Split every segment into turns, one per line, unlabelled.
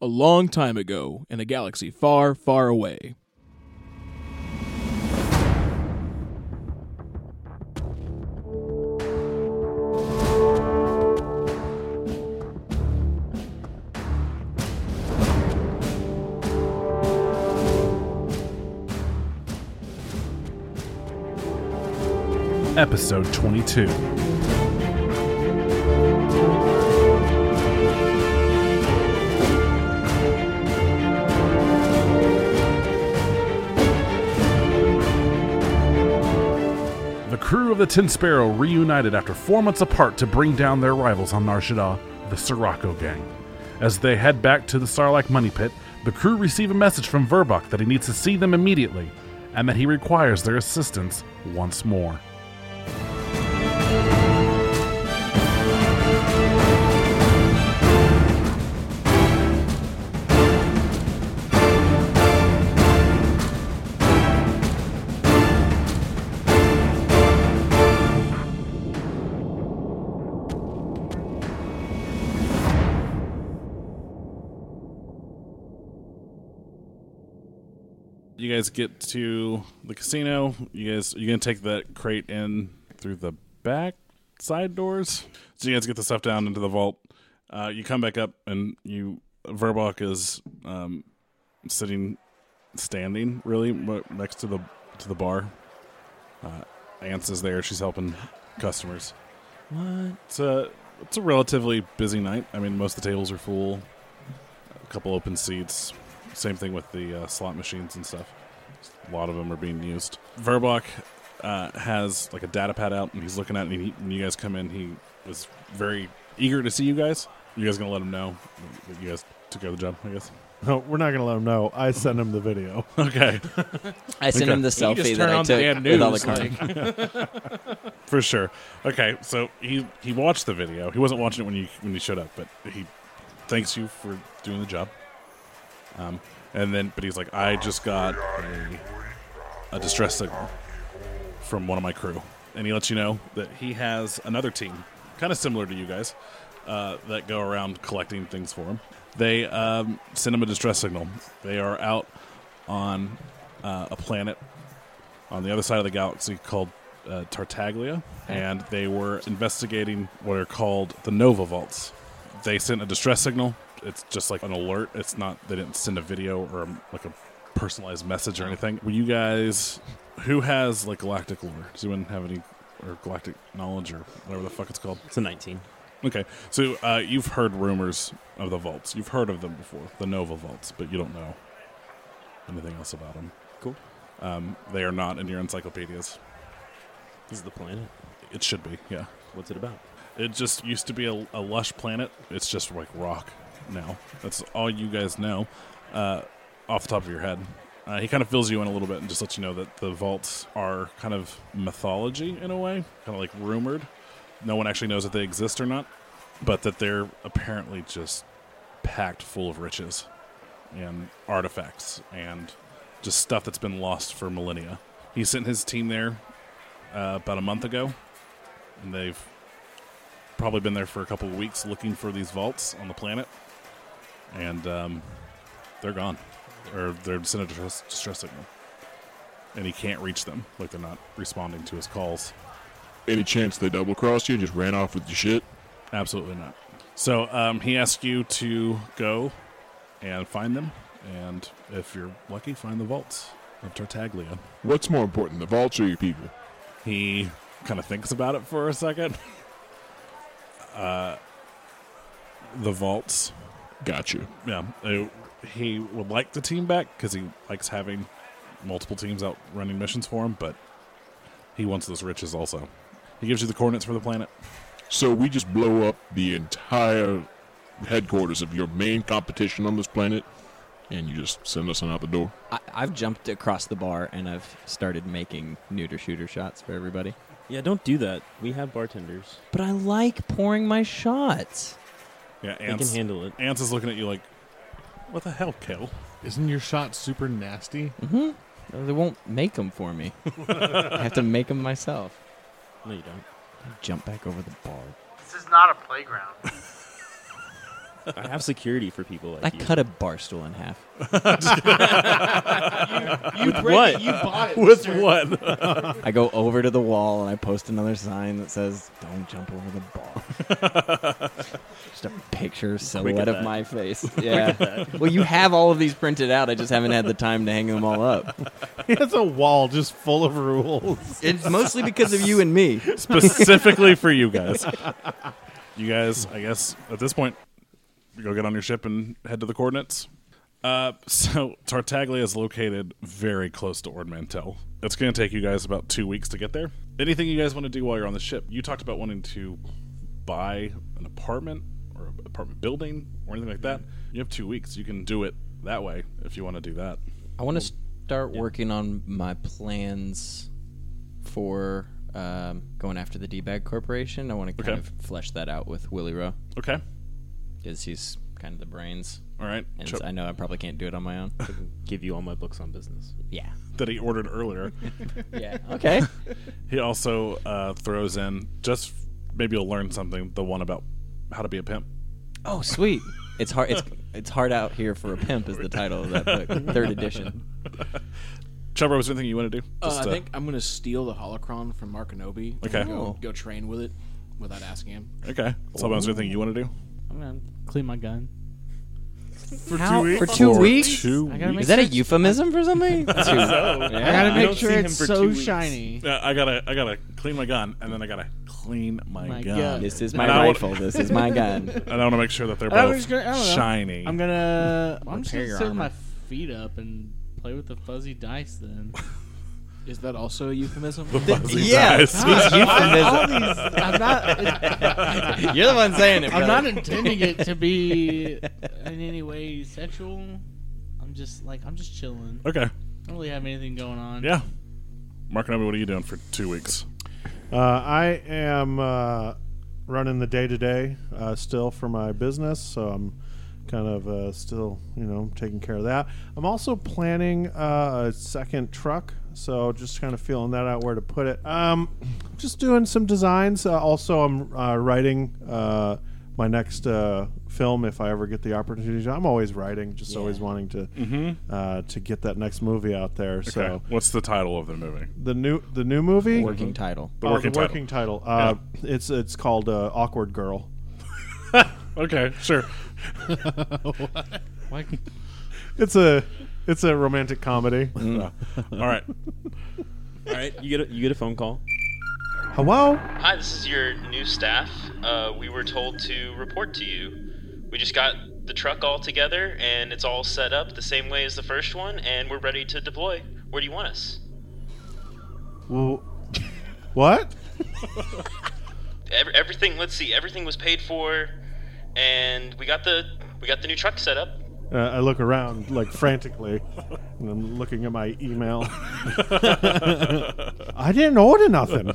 a long time ago in a galaxy far, far away.
Episode 22. The crew of the Tin Sparrow reunited after four months apart to bring down their rivals on Nar Shaddaa, the Sirocco Gang. As they head back to the Sarlacc Money Pit, the crew receive a message from Verbok that he needs to see them immediately, and that he requires their assistance once more.
You guys get to the casino. You guys, you're gonna take that crate in through the back side doors. So you guys get the stuff down into the vault. Uh, you come back up, and you Verbok is um, sitting, standing really mo- next to the to the bar. Uh, Ants is there. She's helping customers. What? It's a it's a relatively busy night. I mean, most of the tables are full. A couple open seats. Same thing with the uh, slot machines and stuff. A lot of them are being used. Verbok uh, has like a data pad out, and he's looking at it. And he, when you guys come in, he was very eager to see you guys. You guys gonna let him know that you guys took care of the job, I guess.
No, we're not gonna let him know. I sent him the video.
Okay,
I sent
Okay. You
him the
just
selfie
turn
that I
on the damn
took with all the
news,
cards.
for sure. Okay, so he he watched the video. He wasn't watching it when you when you showed up, but he thanks you for doing the job. Um, and then, but he's like, I just got a, a distress signal from one of my crew, and he lets you know that he has another team, kind of similar to you guys, uh, that go around collecting things for him. They um, send him a distress signal. They are out on uh, a planet on the other side of the galaxy called uh, Tartaglia, and they were investigating what are called the Nova Vaults. They sent a distress signal. It's just like an alert. It's not. They didn't send a video or um like a personalized message or anything. Were you guys? Who has like galactic lore? Does anyone have any or galactic knowledge or whatever the fuck it's called?
It's a 19.
Okay, so uh, you've heard rumors of the vaults. You've heard of them before, the Nova vaults, but you don't know anything else about them.
Cool.
Um, they are not in your encyclopedias.
This is the planet.
It should be, yeah.
What's it about?
It just used to be a, a lush planet. It's just like rock now. That's all you guys know uh, off the top of your head. Uh, he kind of fills you in a little bit and just lets you know that the vaults are kind of mythology in a way, kind of like rumored. No one actually knows if they exist or not, but that they're apparently just packed full of riches and artifacts and just stuff that's been lost for millennia. He sent his team there uh, about a month ago, and they've probably been there for a couple of weeks looking for these vaults on the planet, and um, they're gone, or they're sent a distress, distress signal, and he can't reach them. Like they're not responding to his calls.
Any chance they double crossed you and just ran off with your shit?
Absolutely not. So um, he asks you to go and find them, and if you're lucky, find the vaults of Tartaglia.
What's more important, the vaults or your people?
He kind of thinks about it for a second. Uh, the vaults.
Gotcha.
yeah, uh, he would like the team back because he likes having multiple teams out running missions for him, but he wants those riches also. He gives you the coordinates for the planet.
So we just blow up the entire headquarters of your main competition on this planet, and you just send us on out the door.
I, I've jumped across the bar and I've started making neuter shooter shots for everybody.
Yeah, don't do that. We have bartenders.
But I like pouring my shots.
Yeah,
They can
Ants,
handle it.
Ants is looking at you like, what the hell, Kel?
Isn't your shot super nasty?
Uh, They won't make them for me. I have to make them myself.
No, you don't.
Jump back over the bar.
This is not a playground.
I have security for people like
I
you.
cut a bar stool in half.
You With
what?
You bought it.
With what?
I go over to the wall and I post another sign that says, "Don't jump over the bar." just a picture silhouette of
that.
my face. Yeah. well, you have all of these printed out. I just haven't had the time to hang them all up.
It's a wall just full of rules.
It's mostly because of you and me.
Specifically for you guys. You guys, I guess at this point, you go get on your ship and head to the coordinates. Uh, so Tartaglia is located very close to Ordmantel. It's going to take you guys about two weeks to get there. Anything you guys want to do while you're on the ship? You talked about wanting to buy an apartment or an apartment building or anything like that. You have two weeks. You can do it that way if you want to do that.
I want to start working on my plans for um, going after the D-Bag Corporation. I want to
Okay.
kind of flesh that out with Willie Rowe
Okay.
because he's kind of the brains.
All right.
And
Chop
I know I probably can't do it on my own.
Give you all my books on business.
yeah.
that he ordered earlier.
Yeah. Okay.
He also uh, throws in just maybe you'll learn something. The one about how to be a pimp.
Oh, sweet. It's hard. It's it's hard out here for a pimp is the title of that book, third edition.
Chubber, was there anything you want to do?
Uh,
Just,
I think I'm gonna steal the holocron from Mark Anobi. and
Okay.
Go,
Oh.
go train with it without asking him.
Okay. So, was there anything you want to do?
I'm gonna clean my gun.
For two weeks. For two
For
weeks.
Two.
I gotta make
Is that a
sure
euphemism for something? Two-
I gotta
yeah.
make
don't
sure
see him
it's
for
so
two weeks.
shiny.
Uh, I gotta, I gotta clean my gun, and then I gotta clean my,
My
gun.
gun.
This is my
And I wanna-
rifle. This is my gun.
And I want to make sure that they're
I was
both
gonna- I don't know.
shiny.
I'm gonna. I'm just
Repair
gonna
your
sit with
armor.
my feet up and play with the fuzzy dice. Then
Is that also a euphemism?
Fuzzy
Yeah.
dice.
These
all
euphemisms.
these. I'm not.
You're the one saying it.
I'm
brother.
not intending it to be in any way sexual. I'm just like I'm just chilling. I
okay.
don't really have anything going on.
Yeah. Mark and Obi, what are you doing for two weeks?
Uh, I am uh, running the day to day still for my business, so I'm kind of uh, still, you know, taking care of that. I'm also planning uh, a second truck, so just kind of feeling that out where to put it. Um, just doing some designs. Uh, also, I'm uh, writing. Uh, my next uh, film, if I ever get the opportunity, I'm always writing, just always wanting to uh, to get that next movie out there.
Okay.
So
What's the title of the movie?
the new the new movie,
Working title.
The
Oh,
working
the
title.
working title. Uh, It's it's called uh, Awkward Girl.
Okay. Sure.
Why,
It's a it's a romantic comedy.
All right.
All right, you get a, you get a phone call.
Hello.
Hi, this is your new staff. Uh, we were told to report to you. We just got the truck all together and it's all set up the same way as the first one, and we're ready to deploy. Where do you want us?
Well, what?
Ev- everything. Let's see. Everything was paid for, and we got the we got the new truck set up.
Uh, I look around like frantically, and I'm looking at my email. I didn't order nothing.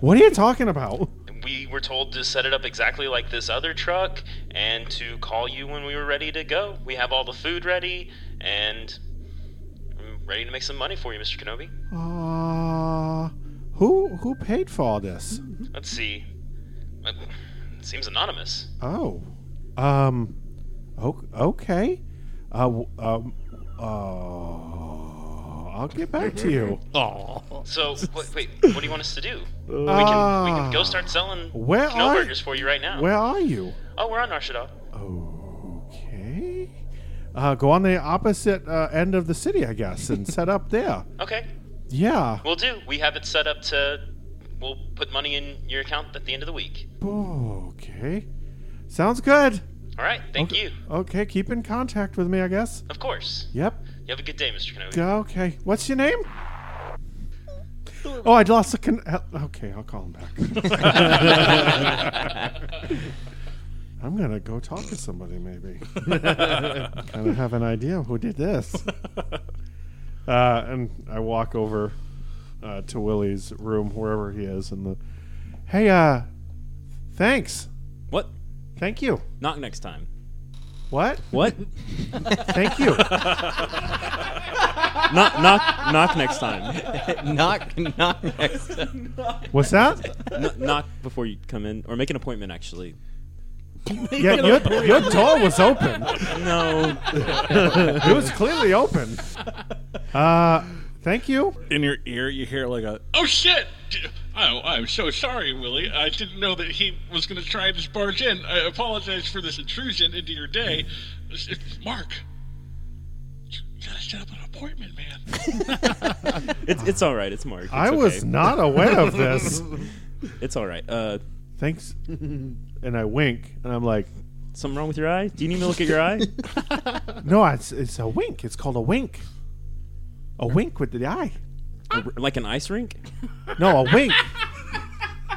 What are you talking about?
We were told to set it up exactly like this other truck, and to call you when we were ready to go. We have all the food ready, and I'm ready to make some money for you, Mr. Kenobi.
Uh, who who paid for all this?
Let's see. Uh, seems anonymous.
Oh, um, o- okay. Uh, w- um, uh, I'll get back to you.
So wait, wait, what do you want us to do? we can we can go start selling
Where
Kino
are-
burgers for you right now.
Ah, Where are you?
oh, we're on Narshada.
Okay. Uh, go on the opposite uh, end of the city, I guess, and set up there.
Okay,
Yeah.
we'll do. We have it set up to. We'll put money in your account at the end of the week.
Okay. Sounds good.
All right, thank you.
Okay, keep in contact with me, I guess.
Of course.
Yep.
You have a good day, Mr. Kenobi.
Okay. What's your name? Oh, I lost the con. uh, Okay, I'll call him back. I'm gonna go talk to somebody, maybe. kind of have an idea who did this. Uh, and I walk over uh, to Willie's room, wherever he is, and the. Hey, uh, thanks.
What?
Thank you.
Knock next time.
What?
What?
Thank you.
knock knock knock next time.
knock, knock next.
What's that?
Kn- knock before you come in, or make an appointment. Actually,
Yeah, your, your door was open.
No.
It was clearly open. Uh, thank you.
In your ear, you hear like a.
Oh shit! Oh, I'm so sorry, Willie. I didn't know that he was going to try to barge in. I apologize for this intrusion into your day. It's- Mark, you gotta set up an appointment, man.
It's it's all right. It's Mark. It's
I was
okay.
not aware of this.
It's all right. Uh,
Thanks. And I wink, and I'm like,
something wrong with your eye? Do you need me to look at your eye?
no, it's, it's a wink. It's called a wink. A wink with the eye.
Or- like an ice rink?
No, a wink.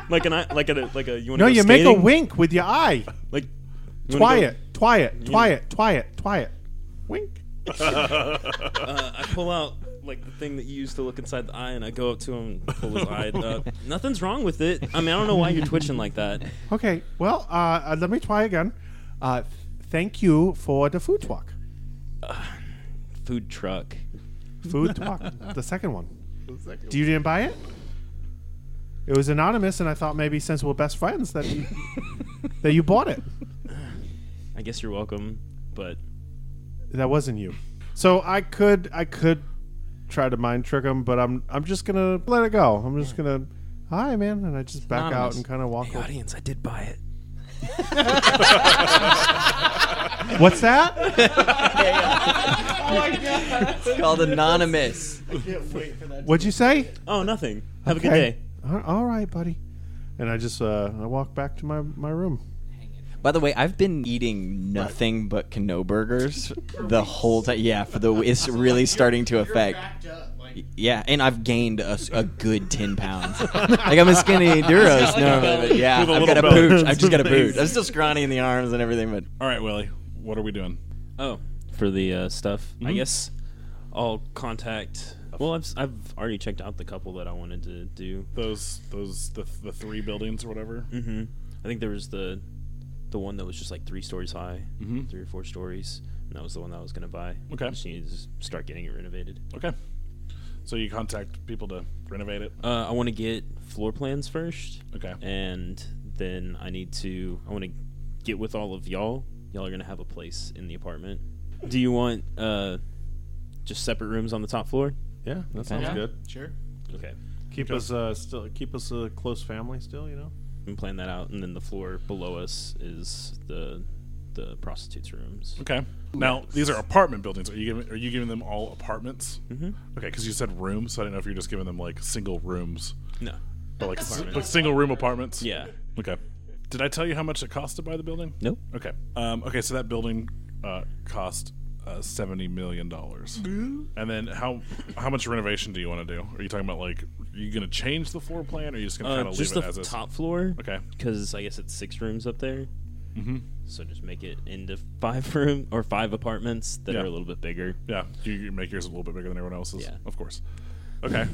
Like an i- like a like a you want
No,
go
you
skating?
make a wink with your eye.
Like you wanna
Twy it, twy it, twy it, twy it, twy it. Wink.
go- Uh, I pull out like the thing that you used to look inside the eye, and I go up to him, pull his eye up. Nothing's wrong with it. I mean, I don't know why you're twitching like that.
Okay, well, uh, uh, let me try again. Uh, th- thank you for the food talk.
Food truck.
Food talk, the second one. Do you didn't buy it? It was anonymous, and I thought maybe since we're best friends that that you bought it.
I guess you're welcome, but
That wasn't you. So I could I could try to mind trick him, but I'm I'm just gonna let it go. I'm just gonna hi man, and I just back out
anonymous.
and kind of walk.
hey,
away.
audience, I did buy it.
What's that?
It's called anonymous.
What'd you say?
Oh, nothing. Have a good
Okay.
day.
All- all right, buddy. And I just uh, I walk back to my my room.
By the way, I've been eating nothing but Kno burgers the whole time. Yeah, for the it's really starting to affect. Yeah, and I've gained a, s- a good ten pounds. like I'm a skinny Duros normally, but yeah,
With a
I've
little
got a
belly.
pooch. I've
It's
just got a pooch.
amazing.
I'm still scrawny in the arms and everything, but
All right, Willie, what are we doing?
Oh, for the uh, stuff. I guess I'll contact. Well, I've s- I've already checked out the couple that I wanted to do.
Those, those, the, the three buildings or whatever.
I think there was the the one that was just like three stories high, three or four stories, and that was the one that I was gonna buy.
Okay.
I just need to s- start getting it renovated.
Okay. So you contact people to renovate it.
Uh, I want to get floor plans first,
Okay.
and then I need to. I want to get with all of y'all. Y'all are gonna have a place in the apartment. Do you want uh, just separate rooms on the top floor?
Yeah, that sounds
Yeah.
good.
Sure.
Okay.
Keep us uh, still keep us a close family still, you know.
and plan that out. And then the floor below us is the the prostitutes' rooms.
Okay. Now these are apartment buildings. Are you giving, are you giving them all apartments? Mm-hmm. Okay, because you said rooms, so I don't know if you're just giving them like single rooms,
No,
but like, s- like single room apartments.
yeah,
Okay. Did I tell you how much it cost to buy the building?
nope.
Okay. Um, okay, so that building uh, cost uh, seventy million dollars. And then how how much renovation do you want to do? Are you talking about like are you gonna change the floor plan, or are you just gonna
Uh,
kind of leave
just
it
the
as is?
top floor,
Okay.
because I guess it's six rooms up there. Mm-hmm. So just make it into five room or five apartments that
Yeah.
are a little bit bigger.
Yeah, you, you make yours a little bit bigger than everyone else's.
Yeah.
of course. Okay.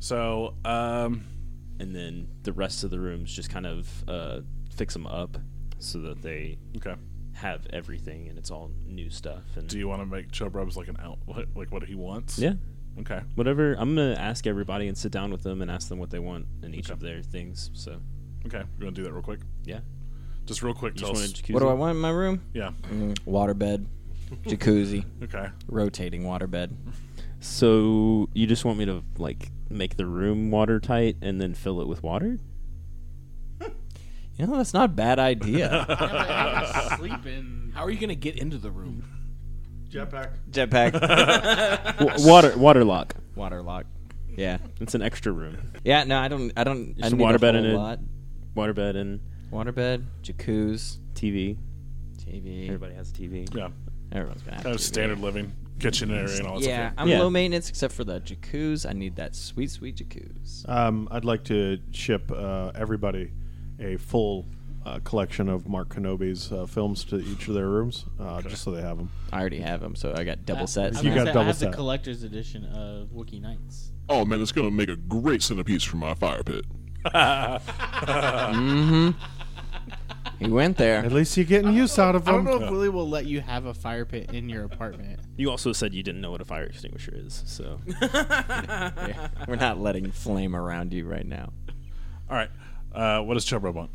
So um,
and then the rest of the rooms just kind of uh, fix them up so that they
okay.
have everything and it's all new stuff. And
Do you want to make Chubrubs like an outlet, like what he wants?
yeah,
Okay.
whatever. I'm gonna ask everybody and sit down with them and ask them what they want in each of their things. So
Okay. You want to do that real quick?
yeah,
Just real quick.
You
Tell
just
us.
want a
what do I
jacuzzi?
want in my room? Mm,
yeah.
Waterbed, jacuzzi,
Okay.
rotating waterbed.
So you just want me to like make the room watertight and then fill it with water?
You know, that's not a bad idea.
Sleeping.
How are you going to get into the room?
Jetpack.
Jetpack,
W- water water lock.
water lock. Yeah,
It's an extra room.
yeah. No, I don't. I don't. I
Just a
need
waterbed
a
and a-
whole lot.
Waterbed and
Waterbed, jacuzzi,
TV.
TV.
Everybody Oh, has a TV.
Yeah.
Everyone's gonna have
Kind of
TV.
standard living, kitchen area, and all that
Yeah,
stuff.
I'm
Yeah.
low maintenance except for the jacuzzi. I need that sweet, sweet jacuzzi.
Um, I'd like to ship uh, everybody a full uh, collection of Mark Kenobi's uh, films to each of their rooms, uh, just so they have them.
I already have them, so I got
Ah,
double
I,
sets.
was
You got
gonna say,
double
I have
set.
the collector's edition of Wookiee Nights.
Oh man, it's gonna make a great centerpiece for my fire pit.
He went there.
At least you're getting use out of
I don't
them.
know if Willie will let you have a fire pit in your apartment.
You also said you didn't know what a fire extinguisher is, so
Yeah. We're not letting flame around you right now.
All right. Uh, what does Chubrub want?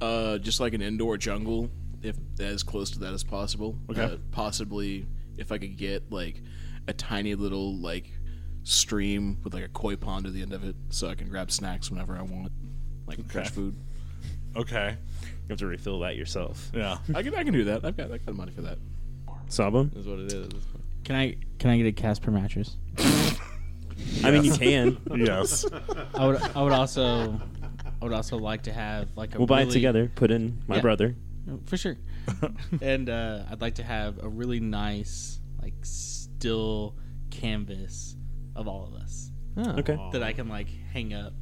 Uh, just like an indoor jungle if as close to that as possible. Uh,
Okay.
possibly if I could get like a tiny little like stream with like a koi pond at the end of it, so I can grab snacks whenever I want, like fresh food.
Okay.
You have to refill that yourself.
Yeah.
I can I can do that. I've got I got money for that.
Sawbone?
Is what it is. At this point.
Can I can I get a cast per mattress?
I mean, you can.
yes.
I would I would also I would also like to have like a
We'll buy it
really-
together. Put in my
Yeah.
brother.
for sure. and uh, I'd like to have a really nice like still canvas of all of us
Oh, Okay.
that I can like hang up,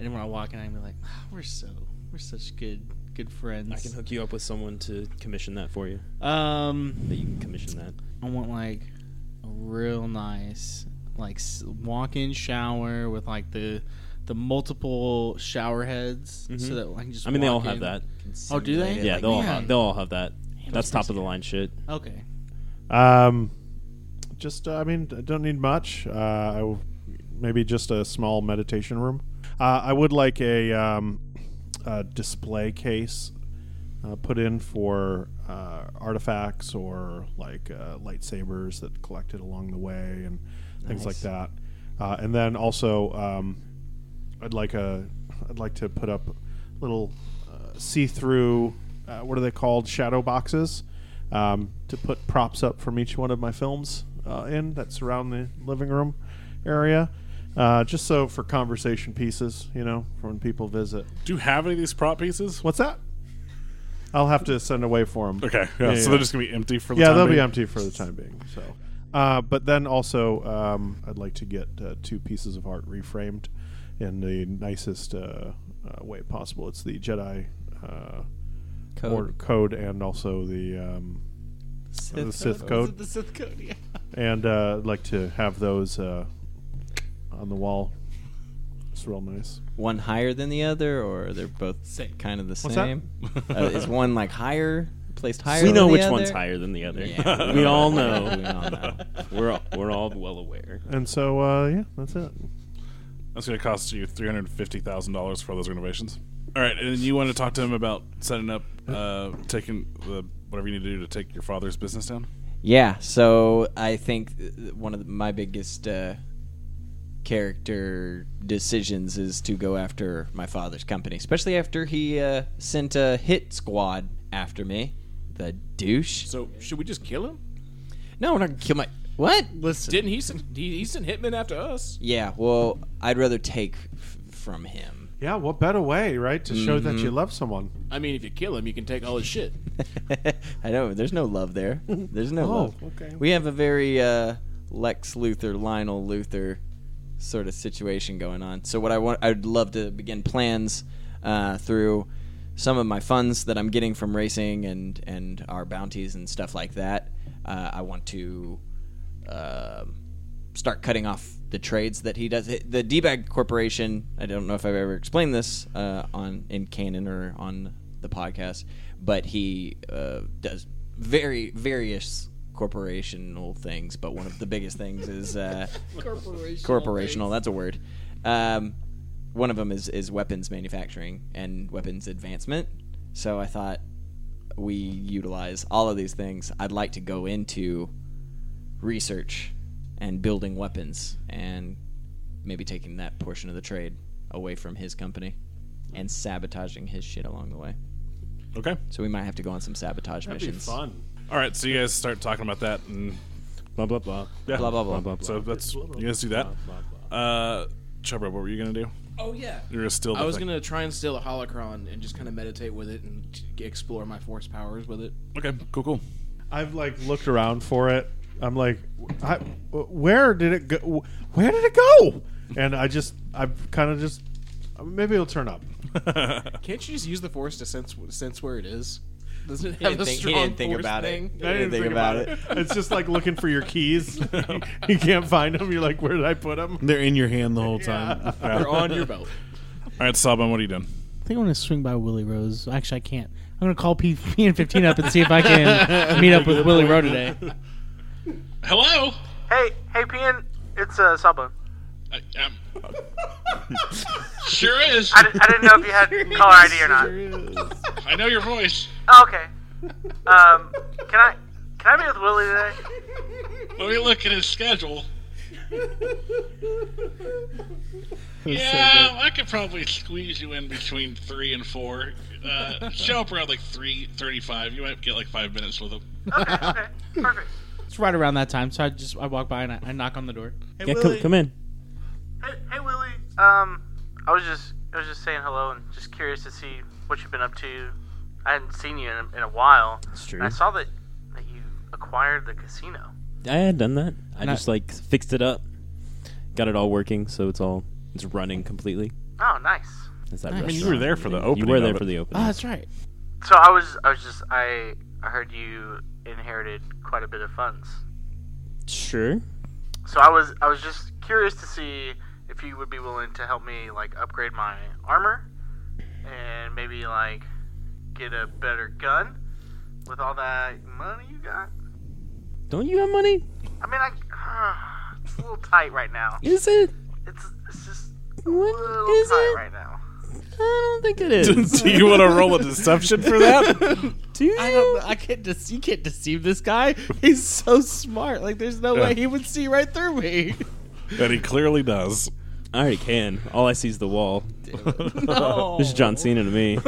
and when I walk in, I'm like, "Ah, we're so we're such good good friends.
I can hook you up with someone to commission that for you. That
um,
you can commission that.
I want like a real nice like s- walk-in shower with like the the multiple shower heads so
Mhm.
that I can just.
I mean, they all
walk
have
in.
that.
Oh, do they?
Yeah,
Like,
they'll all
man.
have, they'll all have that. That's
that's
top of the line shit.
Okay.
Um, just uh, I mean, I don't need much. Uh, I w- maybe just a small meditation room. Uh, I would like a, um, a display case uh, put in for uh, artifacts or like uh, lightsabers that collected along the way and things like that. Uh, and then also, um, I'd like a I'd like to put up little uh, see-through uh, what are they called shadow boxes um, to put props up from each one of my films uh, in that surround the living room area uh, just so for conversation pieces you know for when people visit
Do you have any of these prop pieces?
what's that I'll have to send away for them
Okay. Yeah.
Yeah,
so
yeah.
they're just gonna be empty for the
yeah
time
they'll be
being?
empty for the time being so uh, but then also um, I'd like to get uh, two pieces of art reframed in the nicest uh, uh, way possible it's the Jedi uh,
Code.
Order code and also the um, the Sith code.
The Sith code. Yeah.
and uh, I'd like to have those uh, on the wall. It's real nice.
One higher than the other, or they're both
Same.
kind of the
What's that?
same? Uh, is one like higher, placed higher?
We
than
know
the
which
other?
one's higher than the other.
Yeah,
we all
We
know.
all know.
we're all, we're all well aware.
And so uh, yeah, that's it.
That's gonna cost you three hundred fifty thousand dollars for all those renovations. All right, and then you want to talk to him about setting up, uh, taking the whatever you need to do to take your father's business down.
Yeah, so I think th- one of the, my biggest uh, character decisions is to go after my father's company, especially after he uh, sent a hit squad after me. The douche.
So should we just kill him?
No, we're not gonna kill my. What?
Listen.
Didn't he send he, he sent hitmen after us?
Yeah, well, I'd rather take f- from him.
Yeah, what better way, right, to show that you love someone?
I mean, if you kill him, you can take all his shit.
I know, there's no love there. There's no
Oh,
love.
okay.
We have a very uh, Lex Luthor, Lionel Luthor sort of situation going on. So what I want, I'd love to begin plans uh, through some of my funds that I'm getting from racing and and our bounties and stuff like that. Uh, I want to um start cutting off the trades that he does. The D-Bag Corporation. I don't know if I've ever explained this uh, on in canon or on the podcast, but he uh, does very various corporational things. But one of the biggest things is uh, corporational. That's a word. Um, one of them is is weapons manufacturing and weapons advancement. So I thought we utilize all of these things. I'd like to go into research and building weapons and maybe taking that portion of the trade away from his company and sabotaging his shit along the way.
Okay.
So we might have to go on some sabotage missions.
All right, so you guys start talking about that and
Blah blah blah.
yeah.
Blah, blah, blah.
So that's you guys do that. Uh, Chubba, what were you gonna do?
Oh yeah.
You're gonna steal. The
I was
thing.
gonna try and steal a holocron and just kind of meditate with it and t- explore my force powers with it.
Okay. Cool. Cool.
I've like looked around for it. I'm like, I, where did it go? Where did it go? And I just, I've kind of just, maybe it'll turn up.
Can't you just use the force to sense sense where it is? Doesn't it
He
have
didn't
a
think- he
strong
didn't think
force
about it.
thing?
I didn't think about it.
It's just like looking for your keys. you can't find them. You're like, where did I put them?
They're in your hand the whole time.
They're on your belt.
All right, Saban, what are you doing?
I think I'm gonna swing by Willie Rose. Actually, I can't. I'm gonna call P- PN15 up and see if I can meet up with Willie Rowe today.
Hello?
Hey, hey, PN, it's uh, Sawbone.
I, um, sure is.
I, di- I didn't know if you had caller ID or not.
I know your voice.
Oh, okay.
Um, can I can I be with Willie today?
Let me look at his schedule.
good.
yeah, I could probably squeeze you in between three and four. Uh, show up around like three thirty-five. You might get like five minutes with him.
Perfect.
It's right around that time, so I just I walk by and I, I knock on the door.
Hey, Yeah, come- Willie. come
in.
Hey, hey Willie. Um, I was just I was just saying hello and just curious to see what you've been up to. I hadn't seen you in a, in a while.
That's true.
And I saw that that you acquired the casino.
I had done that. I
Not-
just like fixed it up, got it all working, so it's all it's running completely.
Oh, nice.
It's that
Nice. I mean,
restaurant.
you were there for the
You
opening
were
of
there
it.
for the opening.
Ah,
Oh, that's right.
So I was I was just I I heard you inherited quite a bit of funds.
Sure.
So I was I was just curious to see if you would be willing to help me like upgrade my armor and maybe like get a better gun with all that money you got.
Don't you have money?
I mean, I it's a little tight right now.
Is it?
It's it's just
what
a little tight right now.
I don't think it
is. Do you want to roll a deception for that?
Do you? I don't. know. I can't. De- you can't deceive this guy. He's so smart. Like there's no
Yeah.
way he would see right through me.
That he clearly does.
I already can. All I see is the wall.
No.
This is John Cena to me.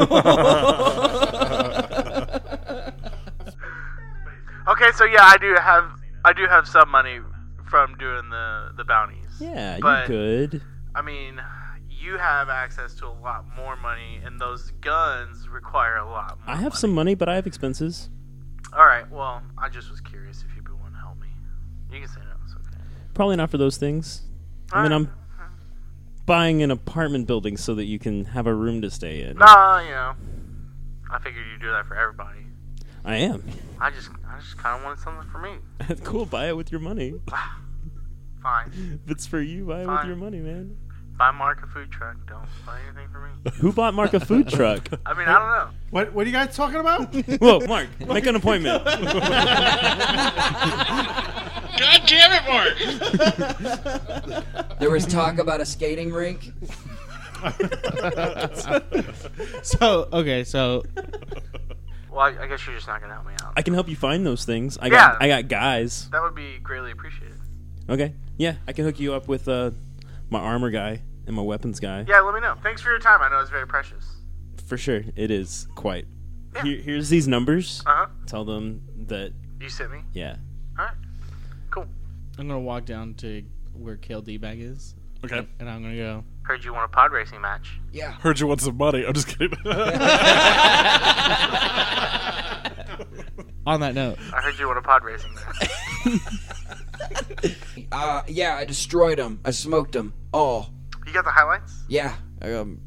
Okay, so yeah, I do have I do have some money from doing the the bounties.
yeah,
but,
you good.
I mean, you have access to a lot more money, and those guns require a lot. More.
I have some money, but I have expenses.
All right. Well, I just was curious if you'd be willing to help me. You can say no. It's okay.
Probably not for those things. I mean, I'm buying an apartment building so that you can have a room to stay in.
Nah, Uh, you know, I figured you'd do that for everybody.
I am.
I just, I just kind of wanted something for me.
cool, buy it with your money.
Fine.
If it's for you, buy it with
Fine.
your money, man.
Buy Mark a food truck. Don't buy anything for me.
Who bought Mark a food truck?
I mean, I don't know.
What What are you guys talking about?
Whoa, Mark, make an appointment.
God damn it, Mark!
There was talk about a skating rink.
so okay, so
Well, I, I guess you're just not gonna help me out.
I can help you find those things. I
Yeah.
got I got guys.
That would be greatly appreciated.
Okay. Yeah, I can hook you up with uh, my armor guy and my weapons guy.
Yeah, let me know. Thanks for your time. I know it's very precious.
For sure, it is quite. Here, here's these numbers.
Uh-huh.
Tell them that.
You sent me.
Yeah.
All right. Cool.
I'm gonna walk down to where KLD bag is.
Okay.
And I'm gonna go.
Heard you want a pod racing match.
Yeah.
Heard you want some money. I'm just kidding.
On that note,
I heard you want a pod racing match.
Uh, yeah, I destroyed them. I smoked them all.
You got the highlights?
Yeah. I um,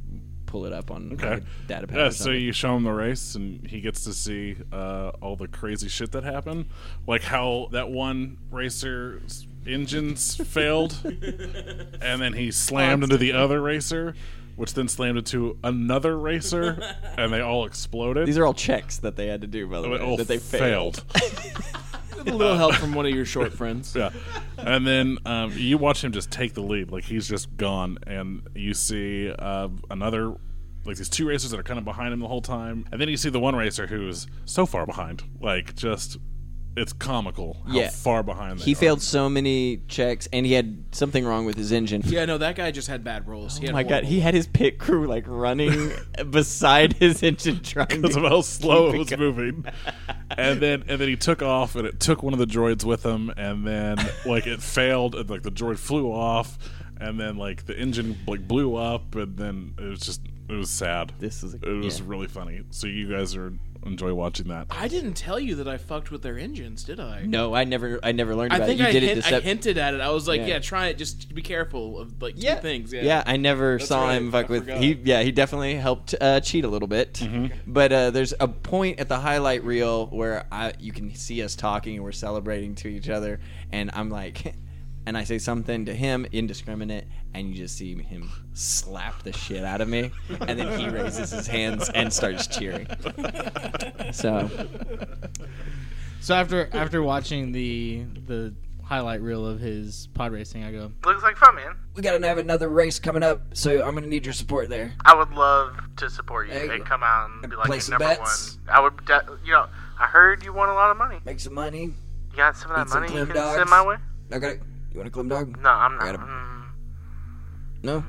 pull it up on
Okay.
my data pad.
yeah,
or
so
something.
you show him the race, and he gets to see uh, all the crazy shit that happened, like how that one racer's engines failed, and then he slammed into the other racer, which then slammed into another racer, and they all exploded.
These are all checks that they had to do, by the
They
way,
all
that they
failed.
failed.
With a little help from one of your short friends.
yeah. And then um, you watch him just take the lead, like he's just gone. And you see uh, another, like these two racers that are kind of behind him the whole time. And then you see the one racer who's so far behind, like just it's comical how
yeah,
far behind they
He
are.
failed so many checks, and he had something wrong with his engine.
Yeah, no, that guy just had bad rolls. He
Oh
had
my god,
horrible-
he had his pit crew like running beside his engine trying
because
to
of how slow
keep
it was
go-
moving. And then and then he took off and it took one of the droids with him and then like it failed and like the droid flew off and then like the engine like blew up and then it was just it was sad.
This is
it was
yeah.
really funny. So you guys are enjoy watching that.
I didn't tell you that I fucked with their engines, did I?
No, I never I never learned
I
about
think
it. You
I,
did
hint,
it
I
decep-
hinted at it. I was like,
Yeah.
yeah, try it. Just be careful of like two things. Yeah,
Yeah. I never
That's
saw
right,
him fuck
I
with
forgot.
he. Yeah, he definitely helped uh, cheat a little bit. But uh, there's a point at the highlight reel where I you can see us talking and we're celebrating to each other, and I'm like, and I say something to him indiscriminate, and you just see him slap the shit out of me, and then he raises his hands and starts cheering. So
so after after watching the the highlight reel of his pod racing, I go.
Looks like fun, man.
We got to have another race coming up, so I'm going to need your support there.
I would love to support you
Hey.
and come out and be like
Play
your
some
number
bets.
one. I would, de- you know,
I heard you want a lot of money.
Make some money.
You got some of that
Eat some
money you
Clem
can
Dogs.
send my way?
I got it. You want a Clem Dog?
No, I'm
I
not.
got a-
Mm,
No?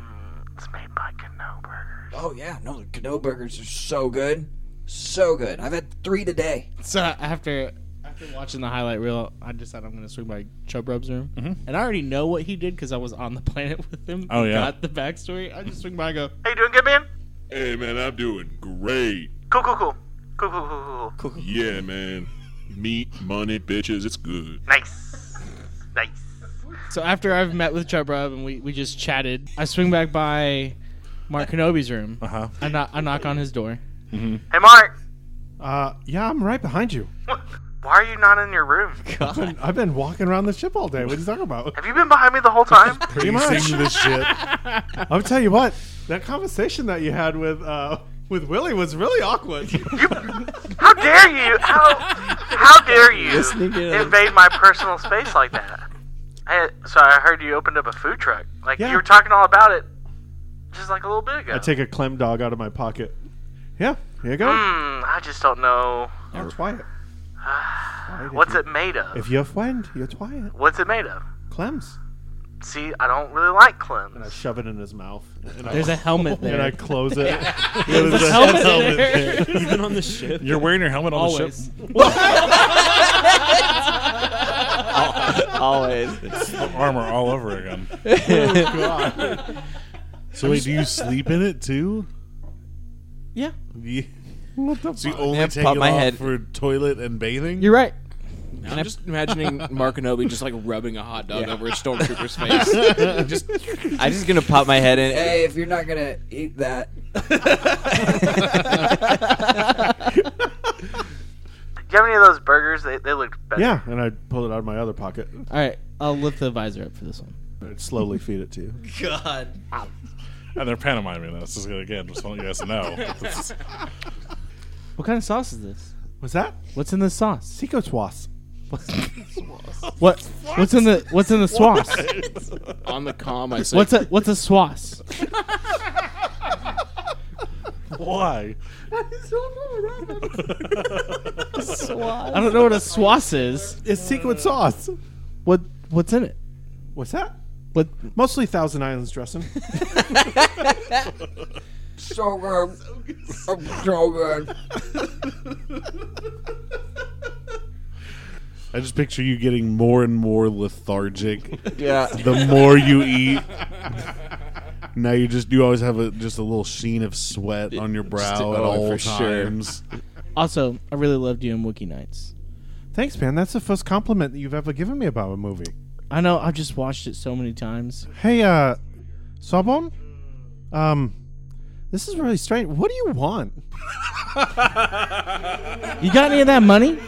it's made by Kano Burgers.
Oh, yeah. No, the Cano burgers are so good. So good. I've had three today.
So after after watching the highlight reel, I decided I'm going to swing by Chubb Rub's room, and I already know what he did because I was on the planet with him.
Oh, yeah.
got the backstory. I just swing by, and go.
How you doing, good man?
Hey, man, I'm doing great.
Cool, cool, cool. Cool, cool, cool, cool, cool.
Yeah, man. Meat, money, bitches, it's good.
Nice. Nice.
So after I've met with Chubb Rub and we, we just chatted, I swing back by Mark Kenobi's room. Uh huh. I knock I knock on his door. Mm-hmm.
Hey, Mark.
Uh, yeah, I'm right behind you.
Why are you not in your room?
I've been, I've been walking around the ship all day. What are you talking about?
Have you been behind me the whole time?
Pretty much. I'll tell you what. That conversation that you had with uh, with Willie was really awkward.
How dare you? How how dare you
Listening in.
invade my personal space like that? I, so I heard you opened up a food truck. Like
Yeah.
you were talking all about it, just like a little bit ago.
I take a Clem dog out of my pocket. Yeah, here you go.
Mm,
Hmm, I just don't know.
You're quiet.
What's it made of?
If you're a friend, you're quiet.
What's it made of?
Clem's.
See, I don't really like Clem.
And I shove it in his mouth. And I-
There's a helmet there.
And I close it.
Yeah.
There's
There's a
a
helmet
helmet
there.
there.
Even on the ship?
You're wearing your helmet on
Always.
the ship.
Always.
armor all over again.
So wait, do you sleep in it too?
Yeah.
What the so you only
Yeah,
take
pop
it
my
off
head.
for toilet and bathing?
You're right.
I'm just imagining Mark Kenobi just like rubbing a hot dog
Yeah.
over a stormtrooper's face. just
I'm just gonna pop my head in.
Hey, if you're not gonna eat that,
Do you have any of those burgers? They, they looked better.
Yeah, and I pull it out of my other pocket.
All right, I'll lift the visor up for this one.
I'd slowly feed it to you.
God.
And they're pantomiming this. This is again. Just want you guys to know. This is-
What kind of sauce is this?
What's that?
What's in the sauce?
Seco swas.
What? What's in the What's in the swas?
on the comm, I say,
What's a What's a swas?
Why?
Swas.
I don't know what a swas is.
It's secret sauce.
What What's in it?
What's that?
What?
Mostly Thousand Islands dressing.
so good. So good. So good.
I just picture you getting more and more lethargic.
Yeah.
The more you eat. Now you just you always have a just a little sheen of sweat on your brow at
Just- oh,
all
for sure.
times.
Also, I really loved you in Wookie Nights.
Thanks, man. That's the first compliment that you've ever given me about a movie.
I know I've just watched it so many times.
Hey, uh, Sawbone? Um, this is really strange. What do you want?
You got any of that money?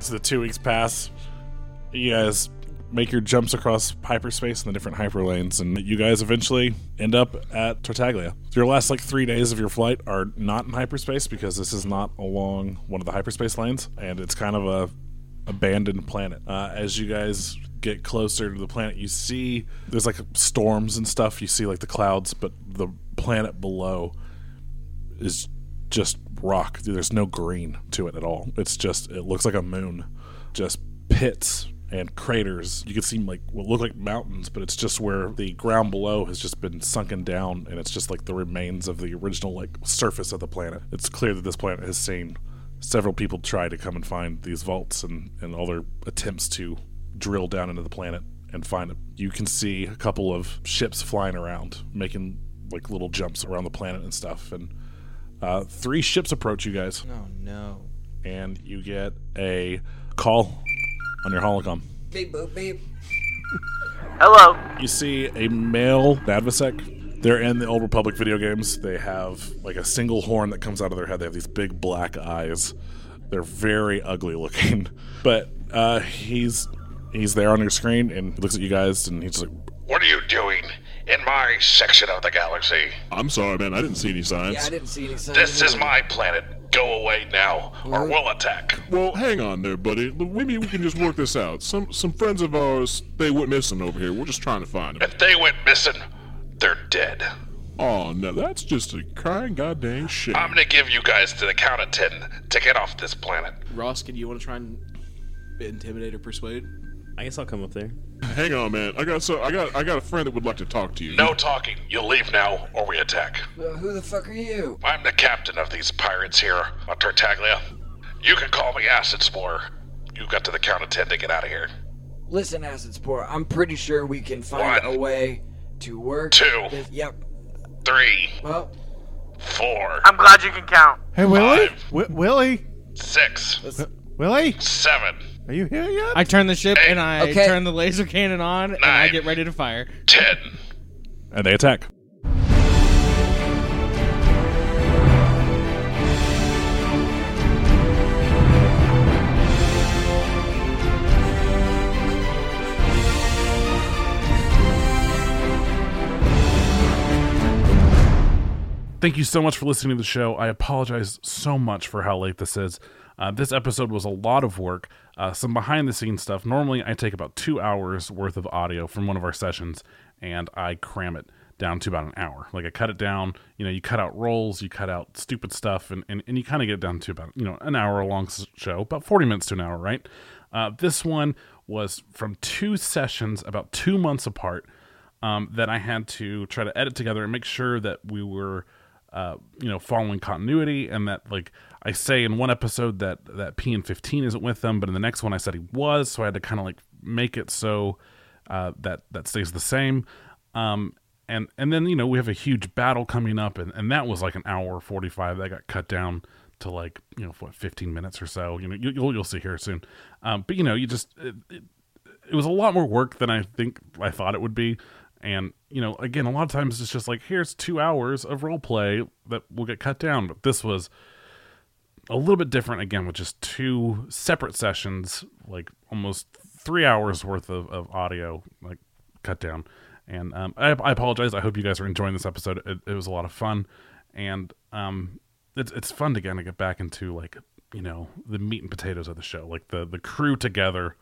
So the two weeks pass. You guys make your jumps across hyperspace and the different hyperlanes, and you guys eventually end up at Tartaglia. Your last like three days of your flight are not in hyperspace because this is not along one of the hyperspace lanes, and it's kind of a abandoned planet. Uh, as you guys get closer to the planet, you see there's like storms and stuff. You see like the clouds, but the planet below is just rock. There's no green to it at all. It's just it looks like a moon, just pits and craters. You can see like what look like mountains, but it's just where the ground below has just been sunken down, and it's just like the remains of the original like surface of the planet. It's clear that this planet has seen several people try to come and find these vaults and and all their attempts to drill down into the planet and find it. You can see a couple of ships flying around, making like little jumps around the planet and stuff, and uh, three ships approach you guys.
Oh no!
And you get a call on your holocom.
Beep boop beep.
Hello.
You see a male Nadvasek. They're in the Old Republic video games. They have like a single horn that comes out of their head. They have these big black eyes. They're very ugly looking. But uh, he's he's there on your screen and he looks at you guys and he's like,
What are you doing in my section of the galaxy?
I'm sorry, man. I didn't see any signs.
I didn't see any signs.
This is my planet.
Go away now, or we'll attack.
Well, hang on there, buddy. Maybe we can just work this out. Some some friends of ours, they went missing over here. We're just trying to find them.
If they went missing, they're dead.
Oh, no, that's just a crying goddamn shit.
I'm gonna give you guys to the count of ten to get off this planet.
Ross, can you want to try and intimidate or persuade?
I guess I'll come up there.
Hang on, man. I got so I got I got a friend that would like to talk to you.
No talking. You leave now, or we attack.
Uh, who the fuck are you?
I'm the captain of these pirates here on Tartaglia. You can call me Acid Spore. You got to the count of ten to get out of here.
Listen, Acid Spore, I'm pretty sure we can find a way to work.
Two.
This. Yep.
Three.
Well.
Four.
I'm glad you can count.
Hey, Willie? Wi- Willie?
Six.
Willie?
Seven.
Are you here yet?
I turn the ship
Eight.
and I
Okay.
turn the laser cannon on and I get ready to fire.
Ten.
And they attack.
Thank you so much for listening to the show. I apologize so much for how late this is. Uh, this episode was a lot of work, uh, some behind the scenes stuff. Normally, I take about two hours worth of audio from one of our sessions and I cram it down to about an hour. Like, I cut it down, you know, you cut out rolls, you cut out stupid stuff, and, and, and you kind of get it down to about, you know, an hour long s- show, about 40 minutes to an hour, right? Uh, this one was from two sessions about two months apart um, that I had to try to edit together and make sure that we were, uh, you know, following continuity and that like I say in one episode that that P and fifteen isn't with them, but in the next one I said he was, so I had to kind of like make it so uh, that that stays the same. Um, and and then you know we have a huge battle coming up, and, and that was like an hour forty five that got cut down to like you know what fifteen minutes or so. You know you, you'll you'll see here soon. Um, but you know you just it, it, it was a lot more work than I think I thought it would be. And you know, again, a lot of times it's just like here's two hours of role play that will get cut down. But this was a little bit different again with just two separate sessions, like almost three hours worth of, of audio, like cut down. And um, I, I apologize. I hope you guys are enjoying this episode. It, it was a lot of fun, and um, it's it's fun to kind of get back into like you know the meat and potatoes of the show, like the the crew together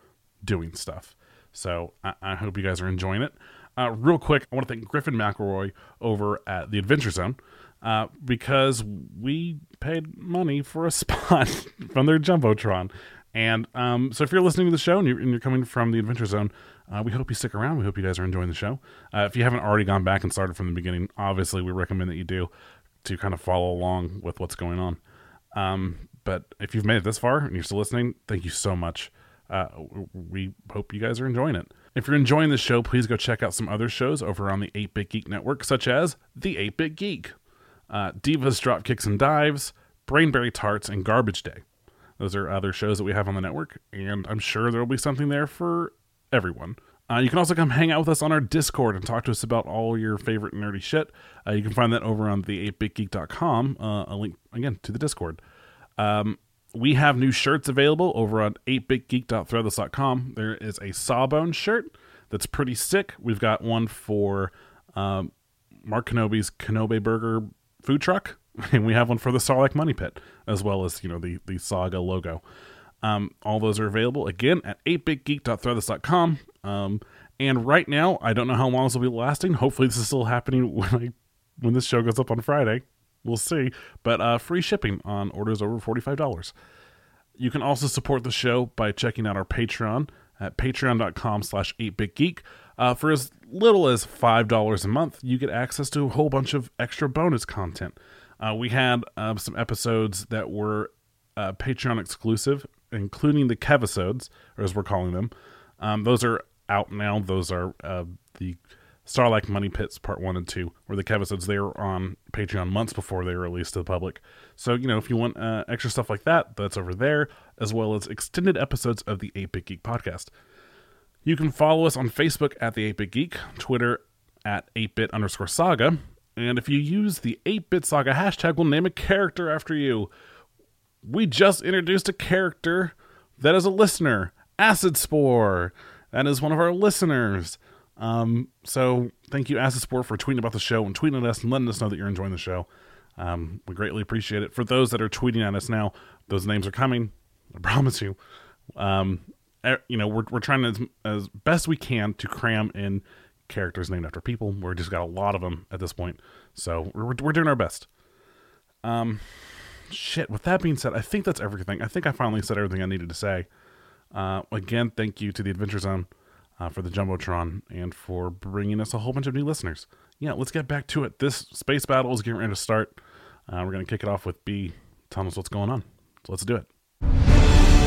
doing stuff. So I, I hope you guys are enjoying it. Uh, real quick, I want to thank Griffin McElroy over at the Adventure Zone uh, because we paid money for a spot from their jumbotron. And um, so, if you're listening to the show and you're, and you're coming from the Adventure Zone, uh, we hope you stick around. We hope you guys are enjoying the show. Uh, if you haven't already gone back and started from the beginning, obviously we recommend that you do to kind of follow along with what's going on. Um, but if you've made it this far and you're still listening, thank you so much. Uh, w- we hope you guys are enjoying it. If you're enjoying this show, please go check out some other shows over on the 8 Bit Geek Network, such as The 8 Bit Geek, uh, Divas Drop Kicks and Dives, Brainberry Tarts, and Garbage Day. Those are other shows that we have on the network, and I'm sure there will be something there for everyone. Uh, you can also come hang out with us on our Discord and talk to us about all your favorite nerdy shit. Uh, you can find that over on the 8bitgeek.com, uh, a link again to the Discord. Um, we have new shirts available over on 8bitgeek.threadless.com. There is a Sawbone shirt that's pretty sick. We've got one for um, Mark Kenobi's Kenobi Burger food truck, and we have one for the Sarlacc Money Pit, as well as you know the the Saga logo. Um, all those are available again at 8bitgeek.threadless.com. Um, and right now, I don't know how long this will be lasting. Hopefully, this is still happening when I when this show goes up on Friday. We'll see. But uh, free shipping on orders over forty five dollars. You can also support the show by checking out our Patreon at patreon.com slash 8bitgeek. Uh, for as little as $5 a month, you get access to a whole bunch of extra bonus content. Uh, we had um, some episodes that were uh, Patreon exclusive, including the Kevisodes, or as we're calling them. Um, those are out now. Those are uh, the Starlight Money Pits Part 1 and 2, where the Kevisodes, they were on Patreon months before they were released to the public. So, you know, if you want uh, extra stuff like that, that's over there, as well as extended episodes of the 8-Bit Geek podcast. You can follow us on Facebook at the 8-Bit Geek, Twitter at 8-Bit underscore saga, and if you use the 8-Bit Saga hashtag, we'll name a character after you. We just introduced a character that is a listener, Acid Spore. That is one of our listeners. Um, so thank you, Acid Spore, for tweeting about the show and tweeting at us and letting us know that you're enjoying the show.
Um, we greatly appreciate it. For those that are tweeting at us now, those names are coming. I promise you. Um, eh, you know, we're, we're trying as, as best we can to cram in characters named after people. We've just got a lot of them at this point. So we're, we're doing our best. Um, shit. With that being said, I think that's everything. I think I finally said everything I needed to say. Uh, again, thank you to the Adventure Zone uh, for the Jumbotron and for bringing us a whole bunch of new listeners. Yeah, let's get back to it. This space battle is getting ready to start. Uh, we're going to kick it off with B. Tell us what's going on. So let's do it.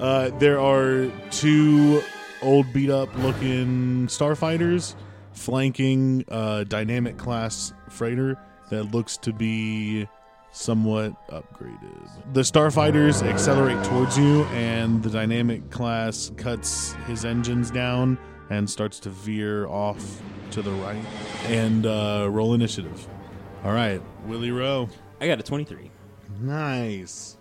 Uh, there are two old, beat up looking starfighters flanking a dynamic class freighter that looks to be somewhat upgraded. The starfighters accelerate towards you, and the dynamic class cuts his engines down and starts to veer off to the right. And uh, roll initiative. All right, Willie Rowe.
I got a 23.
Nice.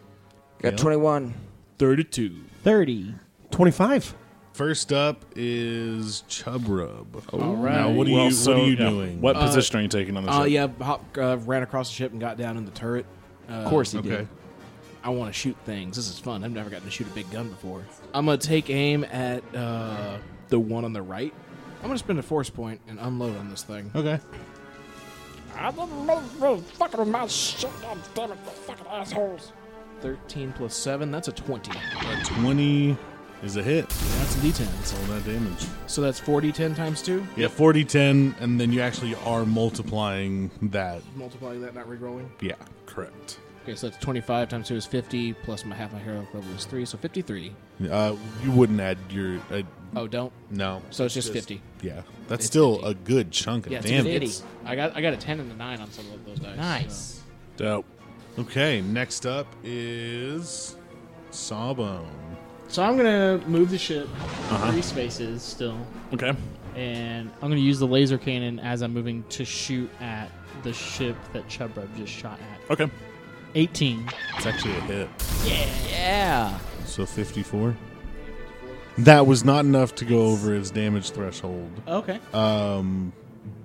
Got 21.
32.
30.
25. First up is Chubrub.
All right.
Now, what are
Well,
you,
so,
what are you
yeah,
doing?
what Uh, position are you taking on the
Uh, yeah, Hop uh, ran across the ship and got down in the turret. Uh,
Of course he did. Okay.
I want to shoot things. This is fun. I've never gotten to shoot a big gun before. I'm gonna take aim at uh, the one on the right. I'm gonna spend a force point and unload on this thing.
Okay.
I didn't make you fucking with my shit, goddammit, you fucking assholes.
13 plus 7, that's a 20.
A 20 Uh, is a hit.
That's a d10.
That's all that damage.
So that's 40, 10 times 2?
Yeah, 40, 10, and then you actually are multiplying that.
Multiplying that, not rerolling.
Yeah, correct.
Okay, so that's 25 times 2 is 50, plus my half my hero level is 3, so 53.
Uh, you wouldn't add your. Uh,
Oh, don't?
No.
So it's just 50.
Yeah. That's
It's
still a good chunk of
Yeah, it's
damage.
50. I got, I got a 10 and a 9 on some of those dice. Nice.
Dope. Okay, next up is Sawbone.
So I'm gonna move the ship
Uh-huh.
three spaces still.
Okay.
And I'm gonna use the laser cannon as I'm moving to shoot at the ship that Chubrub just shot at.
Okay.
18.
It's actually a hit.
Yeah. Yeah.
So 54. That was not enough to go over his damage threshold.
Okay.
Um,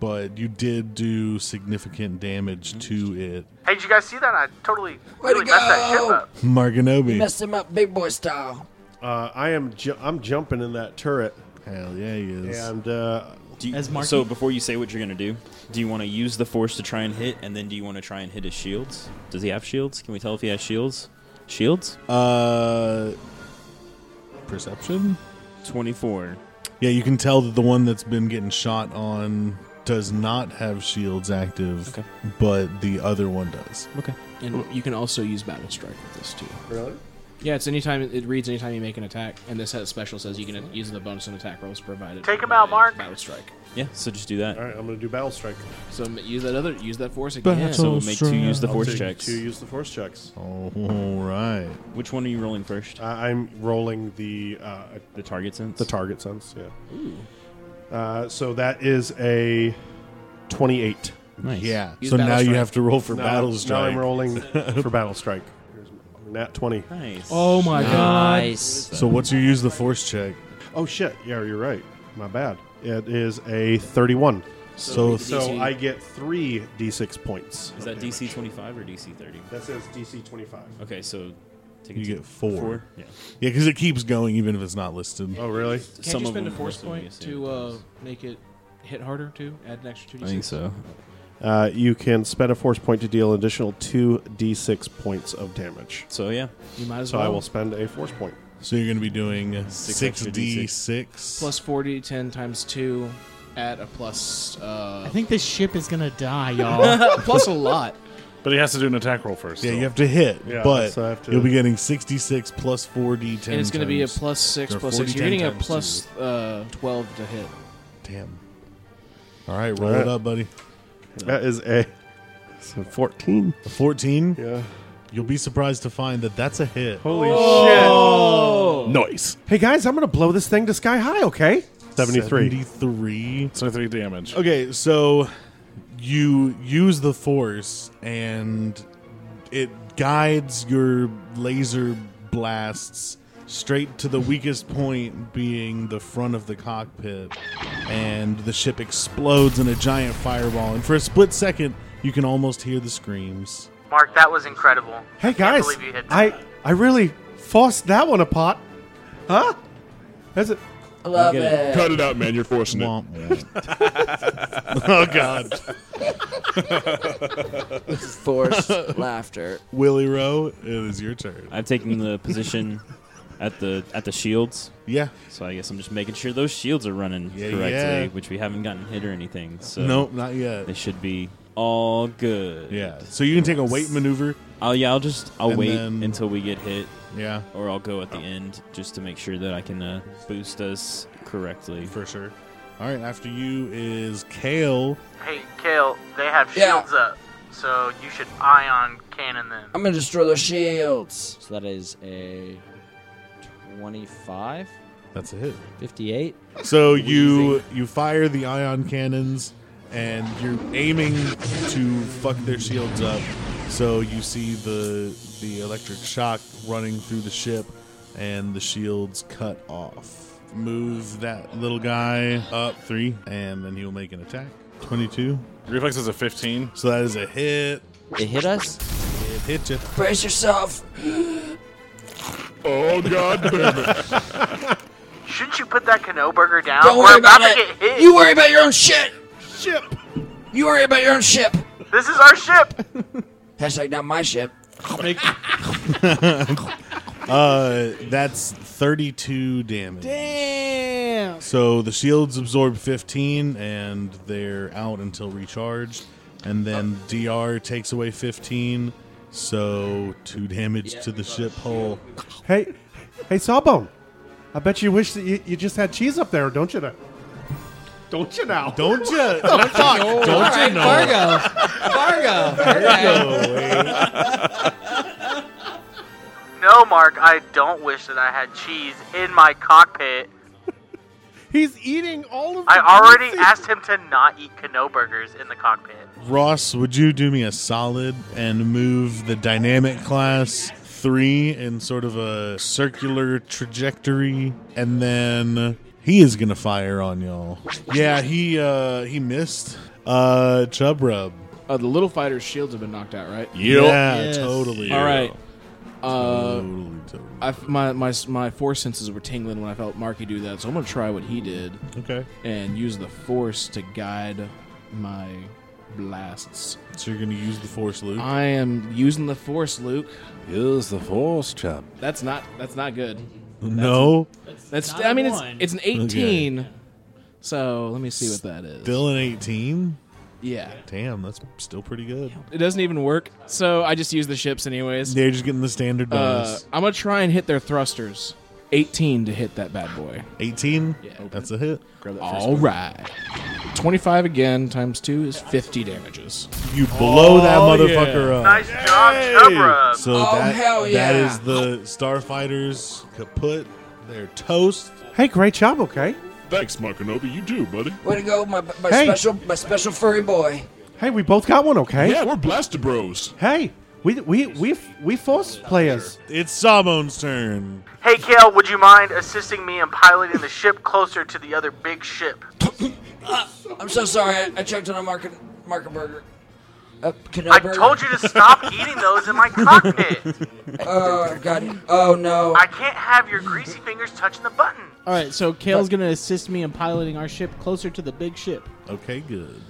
but you did do significant damage to it.
Hey, did you guys see that? I totally really messed that ship up.
Marganobi.
Mess him up big boy style.
Uh, I am ju- I'm jumping in that turret.
Hell yeah, he
is.
And uh,
Do you- so before you say what you're gonna do, do you want to use the force to try and hit, and then do you want to try and hit his shields? Does he have shields? Can we tell if he has shields? Shields?
Uh, perception?
24.
Yeah, you can tell that the one that's been getting shot on does not have shields active, but the other one does.
Okay. And you can also use Battle Strike with this, too.
Really?
Yeah, it's anytime it reads anytime you make an attack, and this has special says you can use the bonus and attack rolls provided.
Take him out, Mark.
Battle strike.
Yeah, so just do that.
All right, I'm gonna do battle strike.
So m- use that other, use that force again.
Oh,
so make two use the
I'll
force
take
checks.
Two use the force checks.
All right.
Which one are you rolling first?
Uh, I'm rolling the uh,
the target sense.
The target sense, yeah. Uh, so that is a twenty-eight.
Nice. Yeah, Use so Battle now you Strike. have to roll for
now,
Battle
Now
Strike.
I'm rolling for battle strike. Here's my- Nat twenty.
Nice.
Oh my god.
So what's your use the force check?
Oh shit! Yeah, you're right. My bad. It is a thirty-one.
So-
So
So-
so I get three d6 points.
Is that DC 25 or DC 30?
That says DC 25.
Okay, so take a
You
two.
get four.
Yeah.
Yeah, because it keeps going even if it's not listed.
Oh, really?
Can't you spend a force point to uh, make it hit harder too? Add an extra two.
I think so.
Uh, you can spend a force point to deal an additional two d6 points of damage.
So yeah,
You might as
so I
well.
will spend a force point.
So you're going to be doing
Six extra
6d6.
Plus 40, 10 times two, at a plus. Uh,
I think this ship is gonna die, y'all.
plus a lot.
But he has to do an attack roll first.
Yeah,
so-
you have to hit, but
so I have to-
you'll be getting 66 plus 4d10.
and it's going to be a
times-
plus six,
or
plus six.
4d10
You're getting a
times
plus uh, twelve to hit.
two. Damn. All right, roll
All
it
right.
up, buddy.
That is a, it's a 14.
A 14?
Yeah.
You'll be surprised to find that that's a hit.
Holy
Oh. Nice.
Hey guys, I'm gonna blow this thing to sky high. Okay. 73.
73.
Oh.
73 damage.
Okay, so you use the force and it guides your laser blasts straight to the weakest point being the front of the cockpit and the ship explodes in a giant fireball and for a split second you can almost hear the screams
Mark, that was incredible.
Hey
I
guys,
can't believe you hit that.
I I really forced that one apart, huh? That's it.
I love We'll get it. it.
Cut it out, man. You're forcing it.
oh god
Forced laughter.
Willie Rowe, it is your turn.
I've taken the position at the at the shields.
Yeah.
So I guess I'm just making sure those shields are running
Yeah,
correctly,
yeah.
which we haven't gotten hit or anything. So
Nope, not yet.
They should be all good.
Yeah. So you can take a wait maneuver.
Oh yeah, I'll just I'll
And
wait
then-
until we get hit.
Yeah.
Or I'll go at the end just to make sure that I can uh, boost us correctly.
For sure. all right after you is kale
Hey, Kale, they have
Yeah.
shields up, so you should ion cannon them.
I'm gonna destroy those shields.
So that is a 25,
that's a hit
58.
So you you fire the ion cannons and you're aiming to fuck their shields up. So you see the the electric shock running through the ship and the shields cut off. Move that little guy up 3 and then he'll make an attack. 22.
Reflex is a 15.
So that is a hit.
It hit us.
It hit you.
Brace yourself.
Oh god damn
it.
Shouldn't you put that Kano burger down?
Don't
We're
worry about
to
it.
get hit.
You worry about your own shit.
Ship.
You worry about your own ship.
This is our ship.
Hashtag not my ship.
uh, that's 32 damage.
Damn.
So the shields absorb 15 and they're out until recharged. And then DR takes away 15. So two damage to the ship hull.
Hey, hey, Sawbone. I bet you wish that you, you just had cheese up there, don't you? Now? Don't you now?
Don't you?
don't
fuck? Don't you know?
Fargo.
No, Mark, I don't wish that I had cheese in my cockpit.
He's eating all of.
I
the
already
pieces.
asked him to not eat Kano burgers in the cockpit.
Ross, would you do me a solid and move the dynamic class three in sort of a circular trajectory? And then he is gonna fire on y'all. Yeah, he uh he missed. Uh Chub Rub.
Uh, the little fighter's shields have been knocked out, right?
Yep. Yeah, Yes. totally.
All right. Uh,
Totally, totally.
I f- my, my s- my force senses were tingling when I felt Marky do that, so I'm gonna try what he did.
Okay.
And use the force to guide my blasts.
So you're gonna use the force, Luke.
I am using the force, Luke.
Use the force, chub.
That's not that's not good.
No.
That's I mean it's it's an 18. So let me see what that is.
Still an eighteen?
Yeah.
Damn, that's still pretty good.
It doesn't even work. So I just use the ships anyways.
They're just getting the standard
Uh,
bonus.
I'm gonna try and hit their thrusters. 18 to hit that bad boy.
18? Yeah. That's a hit.
Grab All right. 25 again times 2 is 50 damages.
You blow that motherfucker
uh,
up.
Nice
job, Chubra.
So
Oh,
that,
hell
that
yeah.
is the Starfighters kaput. They're toast.
Hey, great job. Okay.
Thanks, Markanobi. You too, buddy.
Way to go, my, my
Hey.
special my special furry boy.
Hey, we both got one. Okay.
Yeah, we're blasted bros.
Hey, we we we we force players.
It's Sawbone's turn.
Hey, Kale, would you mind assisting me in piloting the ship closer to the other big ship?
I'm so sorry. I, I checked on a market market burger. Uh,
I told you to stop eating those in my cockpit.
Oh god. Oh no.
I can't have your greasy fingers touching the button.
All right, so Kale's gonna assist me in piloting our ship closer to the big ship.
Okay, good.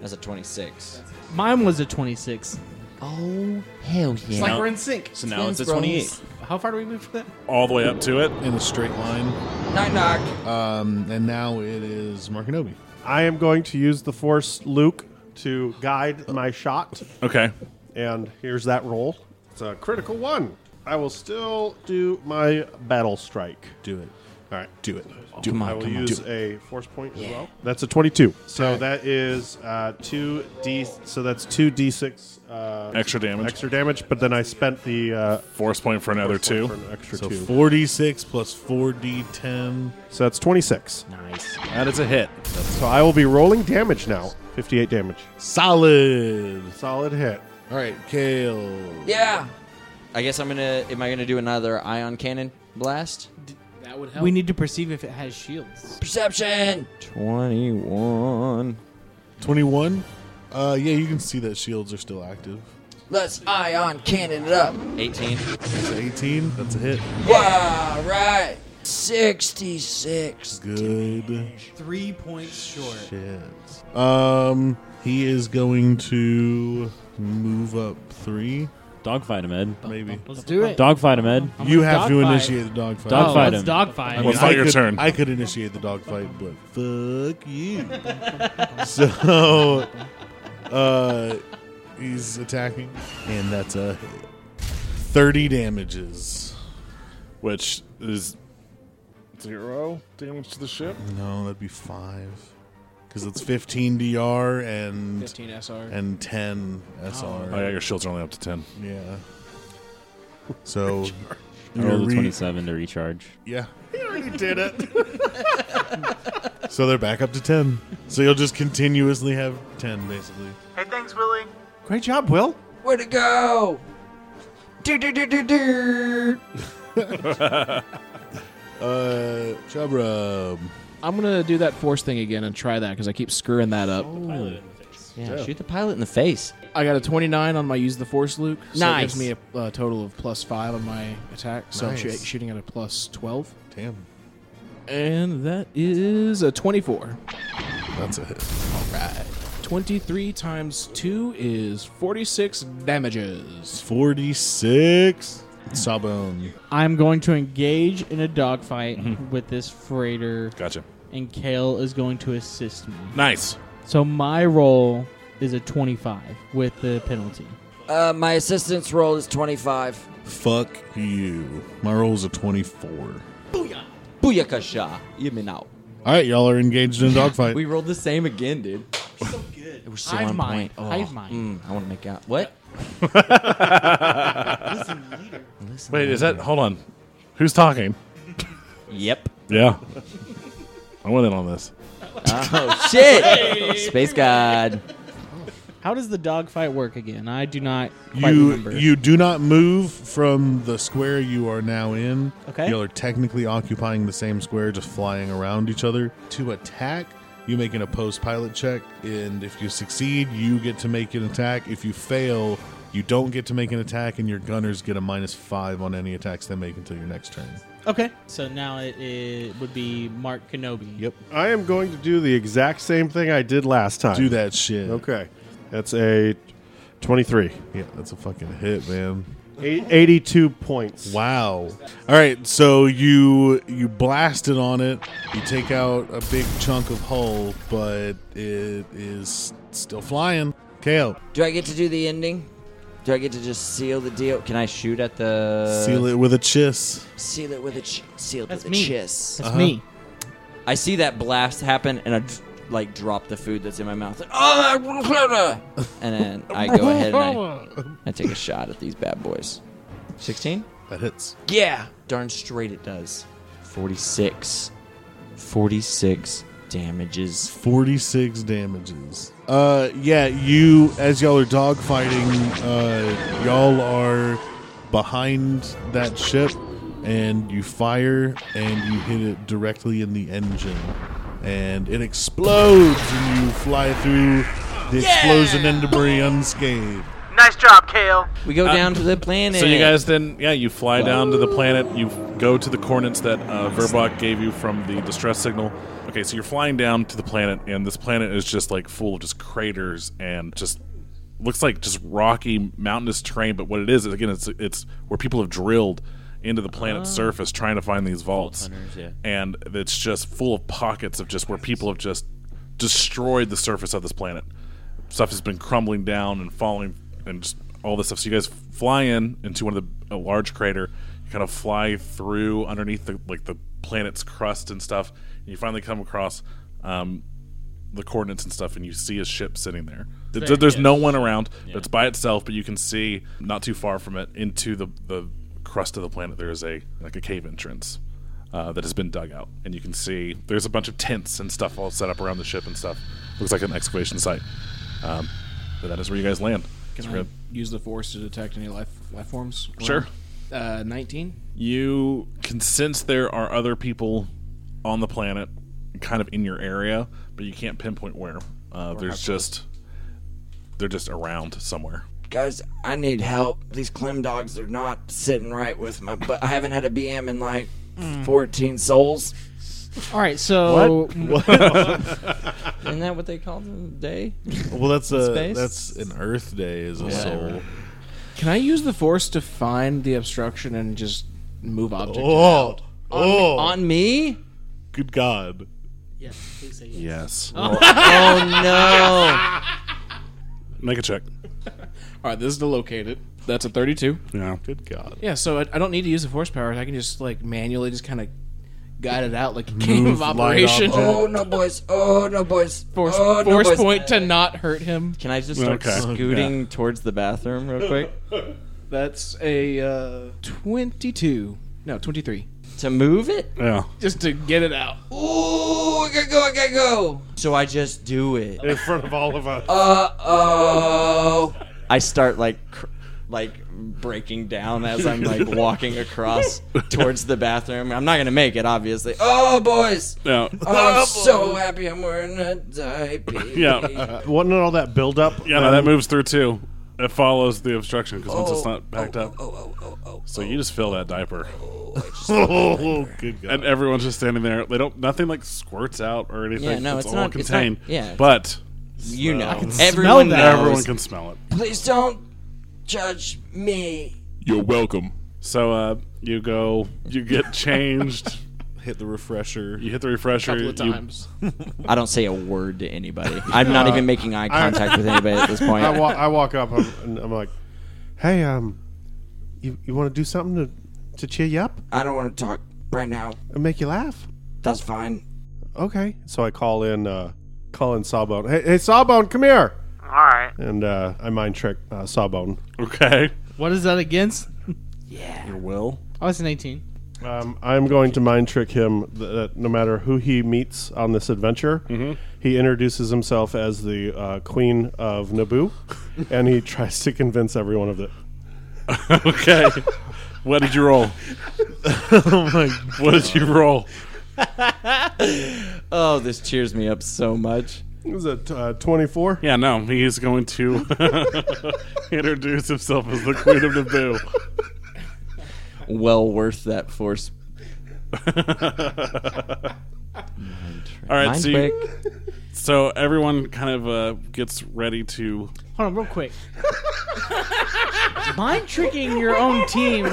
That's a 26.
Mine was a 26. Oh hell yeah!
It's like we're in sync.
So now it's a 28.
How far do we move from that?
All the way up to it.
In a straight line.
Knock knock.
Um, and now it is Markinobi.
I am going to use the force, Luke, to guide my shot.
Okay.
And here's that roll. It's a critical one. I will still do my battle strike.
Do it.
All right.
Do it.
Do
Do it.
I will
Come on.
use
Do
a force point as well.
That's a 22.
So that is uh, two d. So that's two d six uh,
Extra damage.
Extra damage. But then I spent the uh,
force point for another
force point
two.
for an extra
So
two.
4d6 plus 4d10.
So that's twenty six.
Nice.
That is a hit.
So I will be rolling damage now. Fifty eight damage.
Solid.
Solid hit.
All right, Kale.
Yeah. I guess I'm gonna. Am I gonna do another ion cannon blast?
That would help. We need to perceive if it has shields.
Perception.
Twenty-one.
21? Uh, yeah, you can see that shields are still active.
Let's ion cannon it up.
Eighteen.
That's 18. That's a hit.
Wow, right. 66.
Good.
Three points short.
Shit. Um, he is going to move up three.
Dogfight him, Ed.
Maybe.
Let's do it. Oh,
Dogfight him, Ed.
You have to initiate the
Oh,
dogfight.
Dogfight him.
I mean,
Well, it's
I
not your
could-
turn.
I could initiate the dogfight, but fuck you. so, uh, he's attacking, and that's a hit. 30 damages.
Which is zero damage to the ship.
No, that'd be five. Because it's 15 DR and
15 SR.
and 10 SR.
Oh yeah, your shields are only up to ten.
Yeah. So
I rolled a 27 to recharge.
Yeah.
He already did it.
So they're back up to 10. So you'll just continuously have 10, basically.
Hey, thanks, Willie.
Great job, Will.
Way to go! Do, do, do, do, do.
uh, Chubra.
I'm gonna do that force thing again and try that because I keep screwing that up.
Yeah, shoot the pilot in the face.
I got a 29 on my use the force, Luke. So
Nice.
It gives me a, uh total of plus five on my attack. So I'm shoo-
Nice.
shooting at a plus 12.
Damn.
And that is a 24.
That's a hit.
All right. 23 times 2 is 46 damages.
46. Sawbone.
I'm going to engage in a dogfight with this freighter.
Gotcha.
And Kale is going to assist me.
Nice.
So my roll is a 25 with the penalty.
Uh, my assistance roll is 25.
Fuck you. My roll's a 24.
Booyakasha. You mean out.
All right, y'all are engaged in a dogfight.
We rolled the same again, dude. We're so good. We're so
Hive
on
mind.
point. Oh,
Hive mind.
mm, I want to make out. What? Listen
Wait, is that? Hold on. Who's talking?
Yep.
Yeah. I went in on this.
Oh shit! Space God.
How does the dogfight work again? I do not quite
You
remember.
you do not move from the square you are now in.
Okay.
You are technically occupying the same square, just flying around each other. To attack, you make an opposed pilot check, and if you succeed, you get to make an attack. If you fail, you don't get to make an attack, and your gunners get a minus five on any attacks they make until your next turn.
Okay. So now it, it would be Mark Kenobi.
Yep.
I am going to do the exact same thing I did last time.
Do that shit.
Okay. That's a 23.
Yeah, that's a fucking hit, man.
Eight, 82 points.
Wow. All right, so you you blasted on it. You take out a big chunk of hull, but it is still flying. KO.
Do I get to do the ending? Do I get to just seal the deal? Can I shoot at the
Seal it with a chiss.
Seal it with a ch- seal
That's
with
me.
a chiss.
That's Uh-huh. me.
I see that blast happen, and I d- like drop the food that's in my mouth,
Oh,
and then I go ahead and I, I take a shot at these bad boys. Sixteen.
That hits.
Yeah. Darn straight it does. Forty-six. Forty-six damages.
46 damages. Uh, yeah, you, as y'all are dogfighting, uh, y'all are behind that ship and you fire and you hit it directly in the engine and it explodes and you fly through the explosion and debris unscathed.
Nice job, Kale.
We go
Uh,
down to the planet.
So you guys then, yeah, you fly down to the planet. You go to the coordinates that uh, Verbach gave you from the distress signal. Okay, so you're flying down to the planet, and this planet is just like full of just craters and just looks like just rocky mountainous terrain. But what it is, is again, it's it's where people have drilled into the planet's
Ah.
surface trying to find these vaults,
hunters, yeah.
and it's just full of pockets of just where people have just destroyed the surface of this planet. Stuff has been crumbling down and falling, and just all this stuff. So you guys fly in into one of the a large crater. You kind of fly through underneath the like the planet's crust and stuff. And you finally come across um, the coordinates and stuff, and you see a ship sitting there. Th-
There,
There's no
yes.
one around. It's by itself, but you can see not too far from it into the the crust of the planet. There is a like a cave entrance. Uh, that has been dug out, and you can see there's a bunch of tents and stuff all set up around the ship and stuff. Looks like an excavation site. Um, but that is where you guys land.
Can
We're
I
gonna-
use the force to detect any life life forms? around?
Sure.
Uh, nineteen.
You can sense there are other people on the planet, kind of in your area, but you can't pinpoint where. Uh,
Or
there's
how close.
just they're just around somewhere.
Guys, I need help. These Clem dogs are not sitting right with my butt. I haven't had a BM in like
Mm.
14 souls.
All right, so
What? What?
Isn't that what they call the day?
Well, that's
In
a
space?
that's an Earth Day is a soul.
Can I use the force to find the obstruction and just move object?
Oh,
oh,
on me?
Good God!
Yes, please say
Yes.
Oh.
no! Make a check.
All right, this is to locate it. That's a thirty-two.
Yeah.
Good God.
Yeah, so I, I don't need to use the force powers. I can just like manually just kind of guide it out like a game of operation.
Oh, no, boys. Oh, no, boys.
Force,
oh, no,
force
boys. Oh,
point to not hurt him.
Can I just start scooting towards the bathroom real quick?
That's a uh, twenty-two. No, twenty-three.
To move it?
Yeah.
Just to get it out.
Ooh, I gotta go, I gotta go.
So I just do it.
in front of all of us.
Uh oh.
I start like cr- like breaking down as I'm like walking across towards the bathroom. I'm not gonna make it, obviously.
Oh, boys. Oh,
No.
Oh,
I'm so happy I'm wearing a diaper.
Yeah.
Wasn't it all that build up?
Yeah, no, that moves through too. It follows the obstruction because once it's
Oh,
not backed up, so you just fill that diaper.
Oh, good God!
And everyone's just standing there. They don't. Nothing like squirts out or anything.
Yeah, no,
it's,
it's
all
not- it's not-
contained.
yeah, it's-
but
You know. I can smell
everyone
Everyone that. knows.
Everyone can smell it.
Please don't judge me.
You're welcome. So uh, you go, you get changed,
hit the refresher.
You hit the refresher
Couple of
you-
times.
I don't say a word to anybody. I'm not even making eye contact with anybody at this point.
I, wa- I walk up I'm, and I'm like, "Hey, um, you you want to do something to to cheer you up?
I don't want to talk right now.
And make you laugh?
That's fine.
Okay." So I call in uh, call in Sawbone. Hey, hey, Sawbone, come here.
All right.
And uh, I mind trick uh, Sawbone.
Okay.
What is that against?
Your will.
Oh, it's an 18.
Um, I'm going to mind trick him th- that no matter who he meets on this adventure, he introduces himself as the uh, Queen of Naboo, and he tries to convince everyone of it.
okay. What did you roll?
oh my!
What did you roll?
oh, this cheers me up so much.
Is it uh, 24?
Yeah, no, he is going to introduce himself as the Queen of Naboo.
Well worth that force.
All right,
Mind
so, you, so everyone kind of uh, gets ready to.
Hold on, real quick. Mind tricking your own team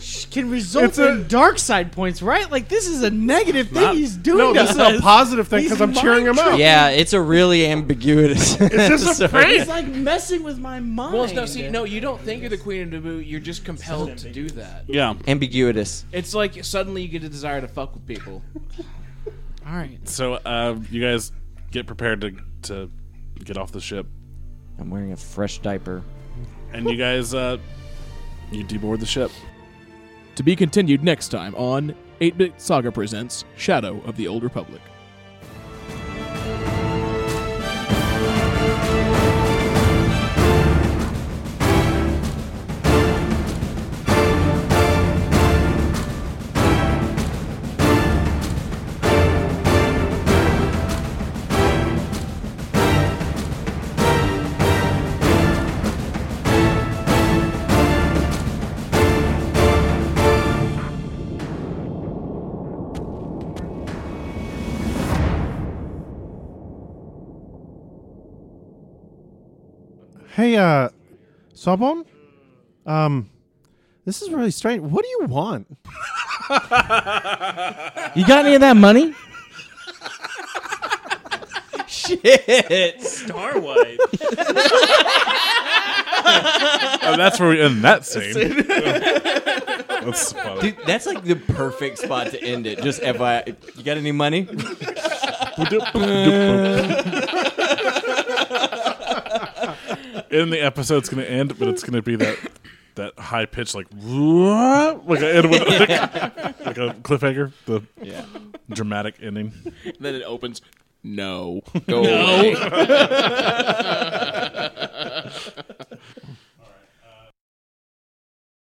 sh- can result
It's a-
in dark side points, right? Like this is a negative thing he's doing.
No,
to
this is a
us.
positive thing
He's
because I'm cheering him up.
Yeah, it's a really ambiguous.
It's just a
episode.
phrase.
He's like messing with my mind.
Well, no, see, no, you don't think you're the queen of Naboo. You're just compelled to do that.
Yeah.
Ambiguous.
It's like suddenly you get a desire to fuck with people.
All right.
So uh, you guys get prepared to to get off the ship,
I'm wearing a fresh diaper.
and you guys uh, you deboard the ship.
To be continued next time on 8 Bit Saga Presents Shadow of the Old Republic.
Hey, uh, Sawbone? Um, this is really strange. What do you want?
You got any of that money?
Shit.
Star White.
Oh, that's where we end that scene. That's funny.
Dude, that's like the perfect spot to end it. Just FYI, you got any money?
and the episode's gonna end, but it's gonna be that that high pitch like "What?" like a, end with, like, like a cliffhanger, the
Yeah.
dramatic ending.
And then it opens.
No,
Go away.